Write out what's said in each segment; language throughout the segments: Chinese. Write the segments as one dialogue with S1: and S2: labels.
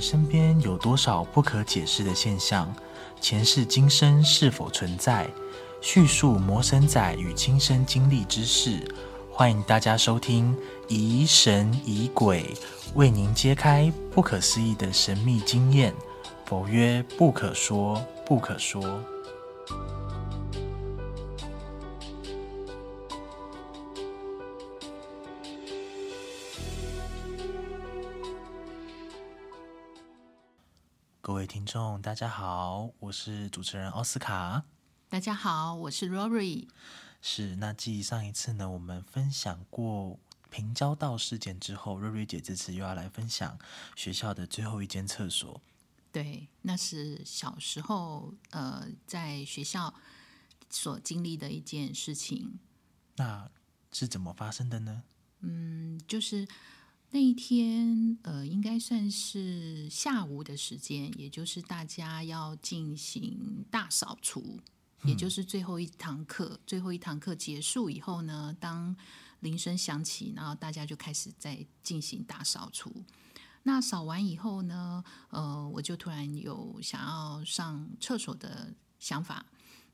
S1: 身边有多少不可解释的现象？前世今生是否存在？叙述魔神仔与亲身经历之事。欢迎大家收听《疑神疑鬼》，为您揭开不可思议的神秘经验。佛曰：不可说，不可说。各位听众，大家好，我是主持人奥斯卡。
S2: 大家好，我是 Rory。
S1: 是，那继上一次呢，我们分享过平交道事件之后，瑞瑞姐这次又要来分享学校的最后一间厕所。
S2: 对，那是小时候呃在学校所经历的一件事情。
S1: 那是怎么发生的呢？
S2: 嗯，就是那一天呃，应该算是下午的时间，也就是大家要进行大扫除。也就是最后一堂课，最后一堂课结束以后呢，当铃声响起，然后大家就开始在进行大扫除。那扫完以后呢，呃，我就突然有想要上厕所的想法，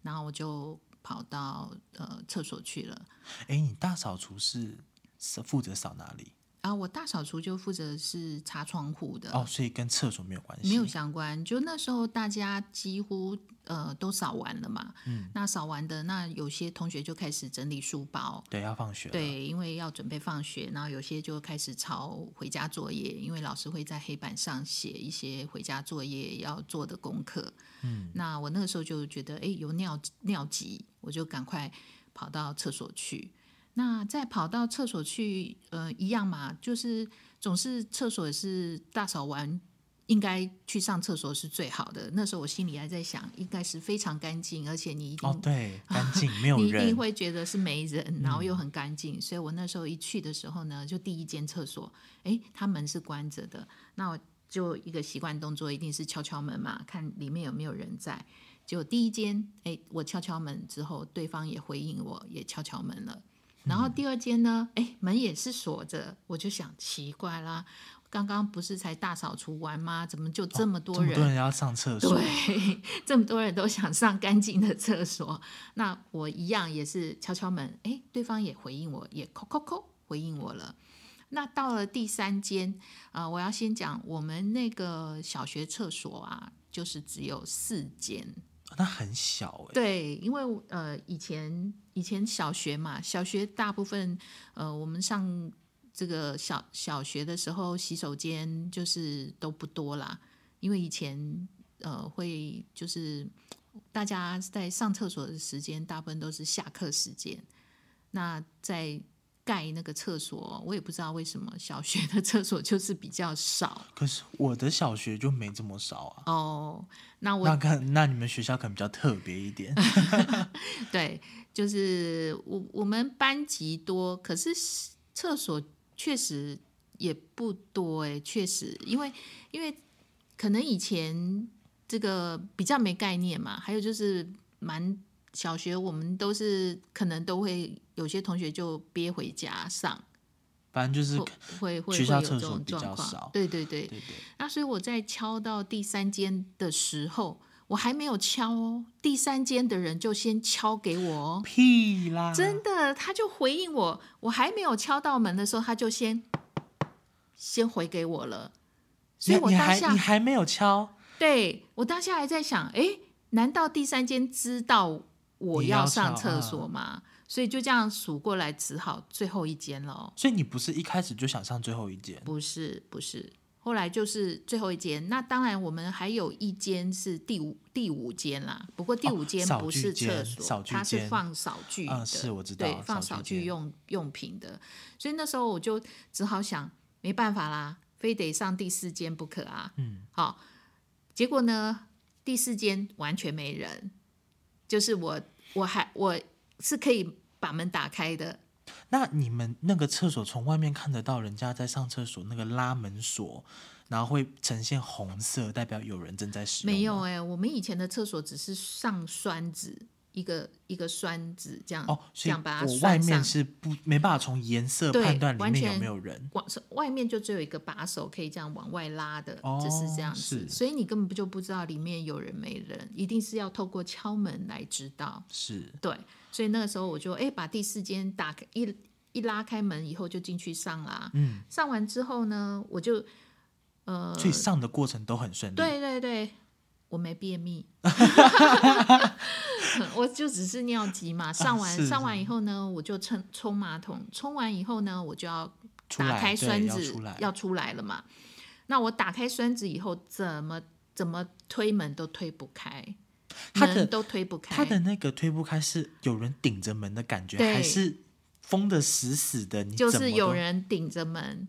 S2: 然后我就跑到呃厕所去了。
S1: 哎，你大扫除是是负责扫哪里？
S2: 啊，我大扫除就负责是擦窗户的，
S1: 哦，所以跟厕所没有关系。
S2: 没有相关。就那时候大家几乎呃都扫完了嘛，嗯，那扫完的那有些同学就开始整理书包，
S1: 对，要放学了。
S2: 对，因为要准备放学，然后有些就开始抄回家作业，因为老师会在黑板上写一些回家作业要做的功课。嗯，那我那个时候就觉得，哎，有尿尿急，我就赶快跑到厕所去。那再跑到厕所去，呃，一样嘛，就是总是厕所也是大扫完，应该去上厕所是最好的。那时候我心里还在想，应该是非常干净，而且你一定、
S1: 哦，对，干净，没有
S2: 你一
S1: 人嗯
S2: 定。会觉得是没人，然后又很干净。所以我那时候一去的时候呢，就第一间厕所，诶，它门是关着的，那我就一个习惯动作，一定是敲敲门嘛，看里面有没有人在。结果第一间，诶，我敲敲门之后，对方也回应我，也敲敲门了。然
S1: 嗯
S2: 后第二间呢，诶，门也是锁着，我就想奇怪啦，刚刚不是才大扫除完吗？怎么就这么
S1: 哦这
S2: 多
S1: 么
S2: 人？
S1: 多人要上厕所，
S2: 对， 这么多人都想上干净的厕所， 那我一样也是敲敲门，诶，对方也回应我，也扣扣扣回应我了。那到了第三间，啊，我要先讲我们那个小学厕所啊，就是只有四间，
S1: 哦那很小哎、
S2: 对，因为呃，以前以前小学嘛，小学大部分呃，我们上这个小小学的时候，洗手间就是都不多啦，因为以前呃会就是大家在上厕所的时间，大部分都是下课时间，那在。盖那个厕所，我也不知道为什么小学的厕所就是比较少
S1: 可是我的小学就没这么少啊。
S2: 哦。那我
S1: 那看，那你们学校可能比较特别一 点。
S2: 对，就是我我们班级多，可是厕所确实也不多哎、确实，因为因为可能以前这个比较没概念嘛，还有就是蛮小学我们都是可能都会有些同学就憋回家上，
S1: 反正就是
S2: 会会会
S1: 嗯学
S2: 会
S1: 校厕
S2: 有这
S1: 所
S2: 种
S1: 比较
S2: 状
S1: 少
S2: 况，对对对，
S1: 对对，
S2: 那所以我在敲到第三间的时候，我还没有敲哦，第三间的人就先敲给我哦，
S1: 屁啦，
S2: 真的，他就回应我，我还没有敲到门的时候，他就先先回给我了，所以
S1: 你
S2: 我
S1: 你
S2: 当
S1: 还
S2: 下
S1: 你还没有敲，
S2: 对我当下还在想，诶，难道第三间知道我
S1: 你要
S2: 上
S1: 敲啊
S2: 厕所吗？所以就这样数过来，只好最后一间了哦。
S1: 所以你不是一开始就想上最后一间？嗯
S2: 不是，不是。后来就是最后一间，那当然我们还有一间是第五第五间啦，不过第
S1: 哦
S2: 五间
S1: 扫
S2: 不
S1: 具
S2: 是
S1: 间
S2: 厕所，
S1: 扫具
S2: 它是
S1: 间
S2: 放扫具的，
S1: 啊是我知道
S2: 对，
S1: 扫
S2: 放
S1: 具
S2: 扫
S1: 间
S2: 具用用品的。所以那时候我就只好想，没办法啦，非得上第四间不可啊。
S1: 嗯，
S2: 好，结果呢，第四间完全没人，就是我我还我是可以把门打开的，
S1: 那你们那个厕所从外面看得到人家在上厕所那个拉门锁，然后会呈现红色，代表有人正在使用。
S2: 欸没有，哎、我们以前的厕所只是上栓子，一个一个栓子这样，
S1: 哦，
S2: 这
S1: 所以
S2: 样把它
S1: 我
S2: 栓
S1: 外
S2: 上
S1: 面是不没办法从颜色
S2: 对
S1: 判断里
S2: 完
S1: 面有
S2: 全
S1: 没有人。
S2: 往外面就只有一个把手可以这样往外拉的，
S1: 哦
S2: 只是这样子，
S1: 是
S2: 所以你根本就不知道里面有人没人，一定是要透过敲门来知道。
S1: 是
S2: 对，所以那个时候我就哎、把第四间打开一一拉开门以后就进去上啦，嗯，上完之后呢，我就呃，
S1: 所以上的过程都很顺利。，
S2: 对对对，我没便秘， 我就只是尿急嘛。上完、
S1: 啊是
S2: 上完以后呢，我就冲冲马桶，冲完以后呢，我就要
S1: 出
S2: 打
S1: 来
S2: 开
S1: 对
S2: 栓
S1: 要
S2: 子
S1: 出来
S2: 了嘛。那我打开栓子以后，怎么怎么推门都推不开，
S1: 它的
S2: 门都推不开。
S1: 他的那个推不开是有人顶着门的感觉，
S2: 对
S1: 还是封的死死的？你
S2: 就
S1: 怎么
S2: 是有
S1: 都
S2: 人顶着门，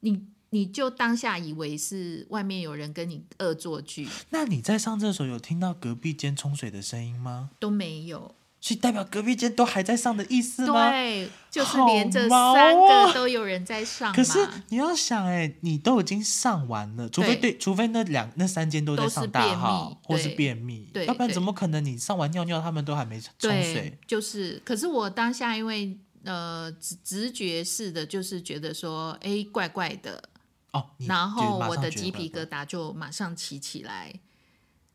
S2: 你你就当下以为是外面有人跟你恶作剧，
S1: 那你在上厕所有听到隔壁间冲水的声音吗？
S2: 都没有。
S1: 所以代表隔壁间都还在上的意思吗？
S2: 对，啊就是
S1: 好
S2: 连着
S1: 毛
S2: 三
S1: 啊
S2: 个都有人在上嘛，
S1: 可是你要想、哎，你都已经上完了，除非
S2: 对
S1: 对，除非那两那三间都在
S2: 都是
S1: 上大号
S2: 便秘
S1: 或是
S2: 对
S1: 便秘，
S2: 对
S1: 要不然
S2: 对
S1: 怎么可能你上完尿尿他们都还没冲水
S2: 对？，就是。可是我当下因为呃直直觉式的，就是觉得说，哎，怪怪的，
S1: 哦，你
S2: 然
S1: 就
S2: 后
S1: 马
S2: 我
S1: 上
S2: 的
S1: 觉得
S2: 鸡
S1: 怪
S2: 皮
S1: 怪
S2: 疙瘩就马上起起来，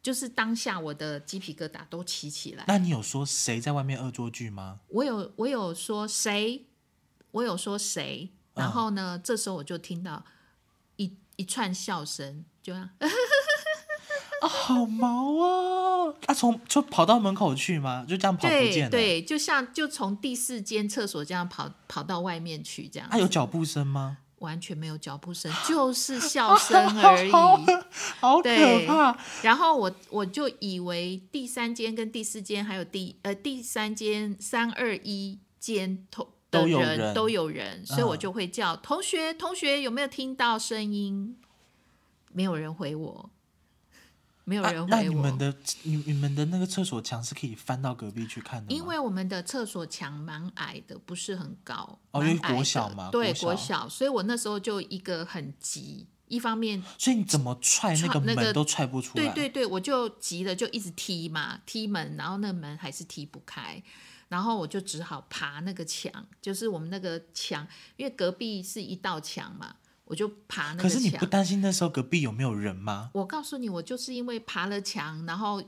S2: 就是当下我的鸡皮疙瘩都起起来。
S1: 那你有说谁在外面恶作剧吗？
S2: 我有我有说谁，我有说谁，然
S1: 嗯
S2: 后呢，这时候我就听到一一串笑声，就这样
S1: 啊，好毛啊！啊，从就跑到门口去吗？就这样跑不见
S2: 对
S1: 了？，
S2: 对，就像就从第四间厕所这样跑跑到外面去，这样
S1: 啊，有脚步声吗？
S2: 完全没有脚 步声，就是笑声而已。
S1: 好好可
S2: 对
S1: 怕！
S2: 然后我我就以为第三间跟第四间还有第呃第三间三二一间同的
S1: 都有人
S2: 人都有人，所以我
S1: 嗯
S2: 就会叫、同学同学有没有听到声音？没有人回我，没有
S1: 啊
S2: 人
S1: 那
S2: 回
S1: 你
S2: 我。
S1: 们的你你们的那个厕所墙是可以翻到隔壁去看的吗？
S2: 因为我们的厕所墙蛮矮的，不是很高，
S1: 哦
S2: 蛮
S1: 因为
S2: 矮的
S1: 国小嘛
S2: 对
S1: 国小
S2: 国小，所以我那时候就一个很急，一方面
S1: 所以你怎么踹那
S2: 踹
S1: 个
S2: 那
S1: 门
S2: 个
S1: 都踹不出来。
S2: 对对对，我就急了，就一直踢嘛，踢门，然后那门还是踢不开，然后我就只好爬那个墙，就是我们那个墙，因为隔壁是一道墙嘛，我就爬那
S1: 可
S2: 个
S1: 是你不
S2: 墙。
S1: 担心那时候隔壁有没有人吗？
S2: 我告诉你，我就是因为爬了墙，然后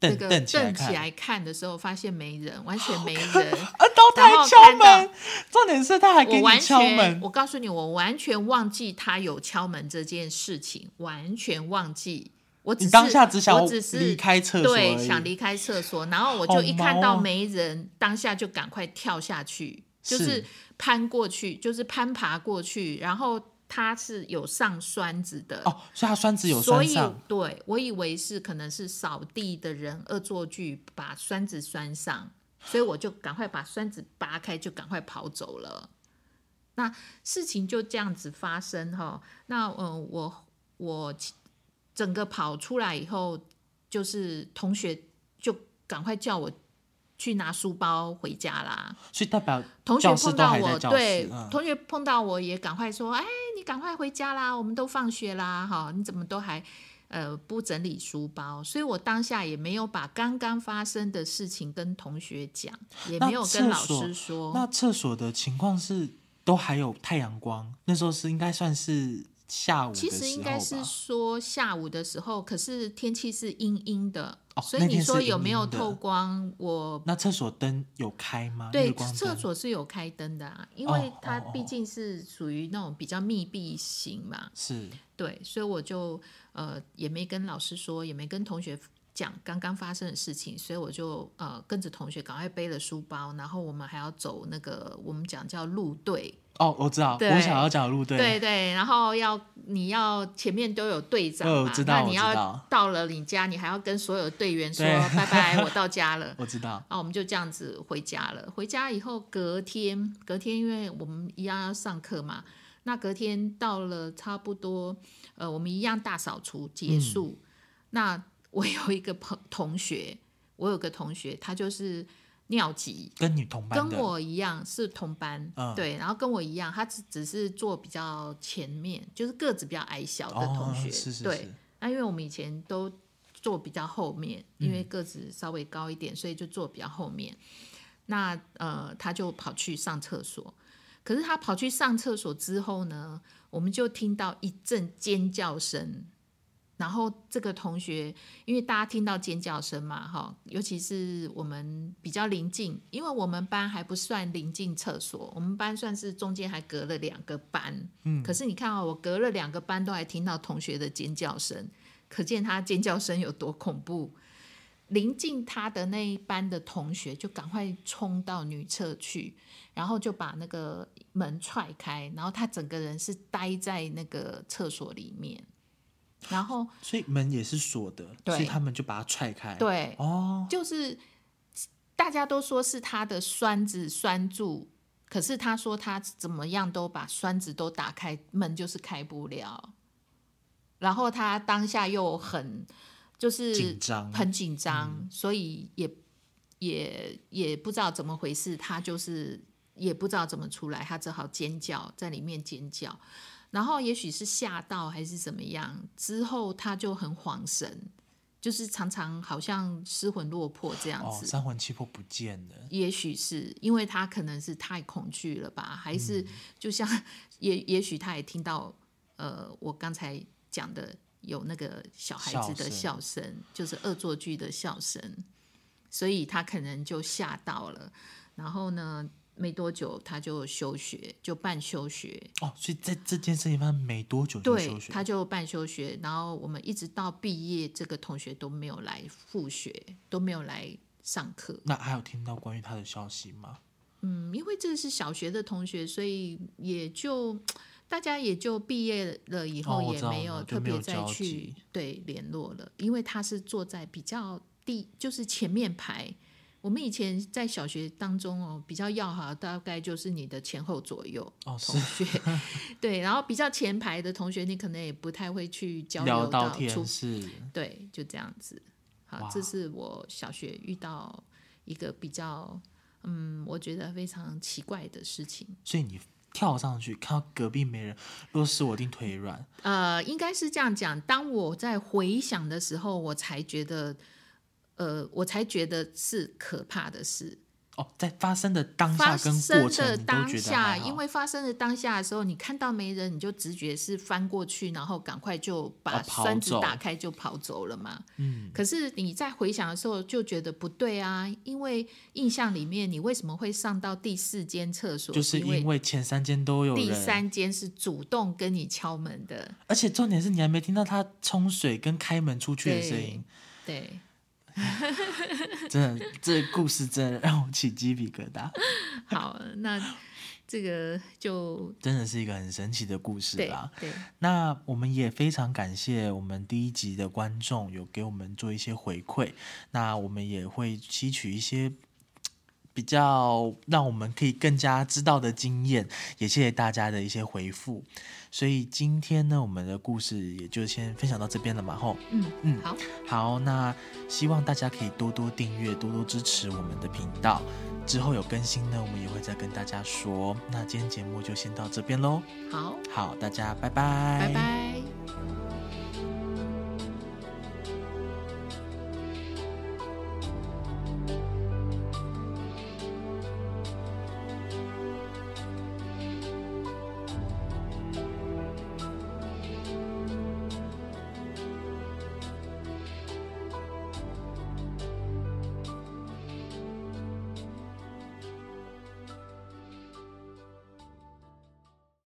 S2: 那
S1: 瞪
S2: 个
S1: 瞪起来
S2: 瞪
S1: 看
S2: 起
S1: 啊！
S2: 来看的时候，发现没人，完全没人。
S1: 都
S2: 然
S1: 还
S2: 后
S1: 敲
S2: 看到
S1: 门，重点是 他还给
S2: 我完
S1: 你敲
S2: 全，
S1: 门。
S2: 我告诉你，我完全忘记他有敲门这件事情，完全忘记。我只
S1: 你
S2: 是
S1: 当下只想
S2: 我只是
S1: 离开厕所而
S2: 对，
S1: 已
S2: 想离开厕所，然后我
S1: 好
S2: 就一看
S1: 毛
S2: 到
S1: 啊
S2: 没人，当下就赶快跳下去，就是是攀过去，就是攀爬过去，然后他是有上栓子的。
S1: 哦，所以他栓子有
S2: 所
S1: 栓
S2: 以
S1: 上，，
S2: 对我以为是可能是扫地的人恶作剧，把栓子栓上，所以我就赶快把栓子拔开，就赶快跑走了。那事情就这样子发生哈、那嗯、呃我我其整个跑出来以后，就是同学就赶快叫我去拿书包回家啦。
S1: 所以代表
S2: 同学
S1: 教室
S2: 碰
S1: 都
S2: 到
S1: 还在
S2: 我，
S1: 教
S2: 对
S1: 室。，嗯
S2: 同学碰到我也赶快说：“哎，你赶快回家啦，我们都放学啦，哈，你怎么都还呃不整理书包？”所以我当下也没有把刚刚发生的事情跟同学讲，也
S1: 那
S2: 没有跟老
S1: 厕所
S2: 师说。
S1: 那厕所的情况是都还有太阳光，那时候是应该算是下午的时
S2: 其
S1: 候吧。
S2: 实应该是说下午的时候，可是天气是阴阴的，
S1: 哦
S2: 所以
S1: 那天
S2: 你
S1: 是
S2: 说有没有
S1: 阴阴的
S2: 透光？我
S1: 那厕所灯有开吗？日
S2: 对，
S1: 光灯
S2: 厕所是有开灯的啊，因
S1: 哦
S2: 为它
S1: 哦哦
S2: 毕竟是属于那种比较密闭型嘛。
S1: 是
S2: 对，所以我就呃也没跟老师说，也没跟同学讲刚刚发生的事情，所以我就呃跟着同学赶快背了书包，然后我们还要走那个我们讲叫路队，
S1: 哦，我知道，
S2: 对
S1: 我想要讲路队，
S2: 对对，然后要你要前面都有队长
S1: 哦我
S2: 嘛，
S1: 知
S2: 那
S1: 道我
S2: 你
S1: 知
S2: 要
S1: 道
S2: 到了你家，你还要跟所有队员说
S1: 对
S2: 拜拜，我到家了。
S1: 我知道，
S2: 啊，我们就这样子回家了。回家以后，隔天隔天，因为我们一样要上课嘛，那隔天到了差不多，呃，我们一样大扫除
S1: 嗯
S2: 结束。那我有一个朋同学，我有个同学，他就是尿急，
S1: 跟你同班
S2: 跟
S1: 的，
S2: 我一样是同班，
S1: 嗯
S2: 对，然后跟我一样，他只只是坐比较前面，就是个子比较矮小的同学，
S1: 哦、是是
S2: 对。
S1: 是，
S2: 那因为我们以前都坐比较后面，因为个子稍微高一点，所以就坐比较后面。那呃，他就跑去上厕所。可是他跑去上厕所之后呢，我们就听到一阵尖叫声。然后这个同学，因为大家听到尖叫声嘛，哈，尤其是我们比较临近，因为我们班还不算临近厕所，我们班算是中间还隔了两个班。嗯，可是你看啊、哦，我隔了两个班都还听到同学的尖叫声，可见他尖叫声有多恐怖。临近他的那一班的同学就赶快冲到女厕去，然后就把那个门踹开，然后他整个人是待在那个厕所里面，然后
S1: 所以门也是锁的，
S2: 对
S1: 所以他们就把它踹开。，
S2: 对，
S1: 哦，
S2: 就是大家都说是他的栓子栓住，可是他说他怎么样都把栓子都打开，门就是开不了。然后他当下又很就是
S1: 紧张嗯
S2: 很紧张，所以也也也不知道怎么回事，他就是也不知道怎么出来，他只好尖叫，在里面尖叫。然后也许是吓到还是怎么样，之后他就很恍神，就是常常好像失魂落魄这样
S1: 哦，
S2: 子。
S1: 三魂七魄不见了。
S2: 也许是因为他可能是太恐惧了吧，还是就像、也也许他也听到呃我刚才讲的有那个小孩子的
S1: 笑
S2: 笑声，就是恶作剧的笑声，所以他可能就吓到了。然后呢，没多久他就休学，就办休学，
S1: 哦，所以在这件事情发生没多久就
S2: 对
S1: 休，学，
S2: 他就办休学，然后我们一直到毕业，这个同学都没有来复学，都没有来上课。
S1: 那还有听到关于他的消息吗？
S2: 嗯，因为这是小学的同学，所以也就大家也就毕业了以
S1: 哦
S2: 后
S1: 我
S2: 也
S1: 知道
S2: 没
S1: 了
S2: 有
S1: 就
S2: 特
S1: 没有
S2: 别再
S1: 交
S2: 去
S1: 集
S2: 对联络了，因为他是坐在比较第就是前面排。我们以前在小学当中哦，比较要好，大概就是你的前后 左右
S1: 哦
S2: 同学，对，然后比较前排的同学，你可能也不太会去交流
S1: 到
S2: 除
S1: 天是
S2: 对，就这样子。好
S1: 哇，
S2: 这是我小学遇到一个比较，嗯，我觉得非常奇怪的事情。
S1: 所以你跳上去看到隔壁没人，如果是我一定腿软。
S2: 呃，应该是这样讲。当我在回想的时候，我才觉得，呃，我才觉得是可怕的事。
S1: 哦，在发生的当下
S2: 发
S1: 跟
S2: 生
S1: 过程，
S2: 的
S1: 你都
S2: 当
S1: 觉得
S2: 下，
S1: 还好
S2: 因为发生的当下的时候，你看到没人，你就直觉是翻过去，然后赶快就把
S1: 哦跑
S2: 栓子
S1: 走
S2: 打开就跑走了嘛。
S1: 嗯，
S2: 可是你在回想的时候就觉得不对啊，因为印象里面你为什么会上到第四间厕所？
S1: 就是
S2: 因为
S1: 因为前三间都有人，
S2: 第三间是主动跟你敲门的，
S1: 而且重点是你还没听到他冲水跟开门出去的声音，
S2: 对。
S1: 真的，这个故事真的让我起鸡皮疙瘩，
S2: 好，那这个就
S1: 真的是一个很神奇的故事
S2: 对
S1: 啦。
S2: 对，
S1: 那我们也非常感谢我们第一集的观众有给我们做一些回馈，那我们也会吸取一些嘖比较让我们可以更加知道的经验，也谢谢大家的一些回复。所以今天呢，我们的故事也就先分享到这边了嘛，吼。
S2: 嗯
S1: 嗯
S2: 嗯，好，
S1: 好，那希望大家可以多多订阅，多多支持我们的频道。之后有更新呢，我们也会再跟大家说。那今天节目就先到这边喽，
S2: 好，
S1: 好，大家拜
S2: 拜拜。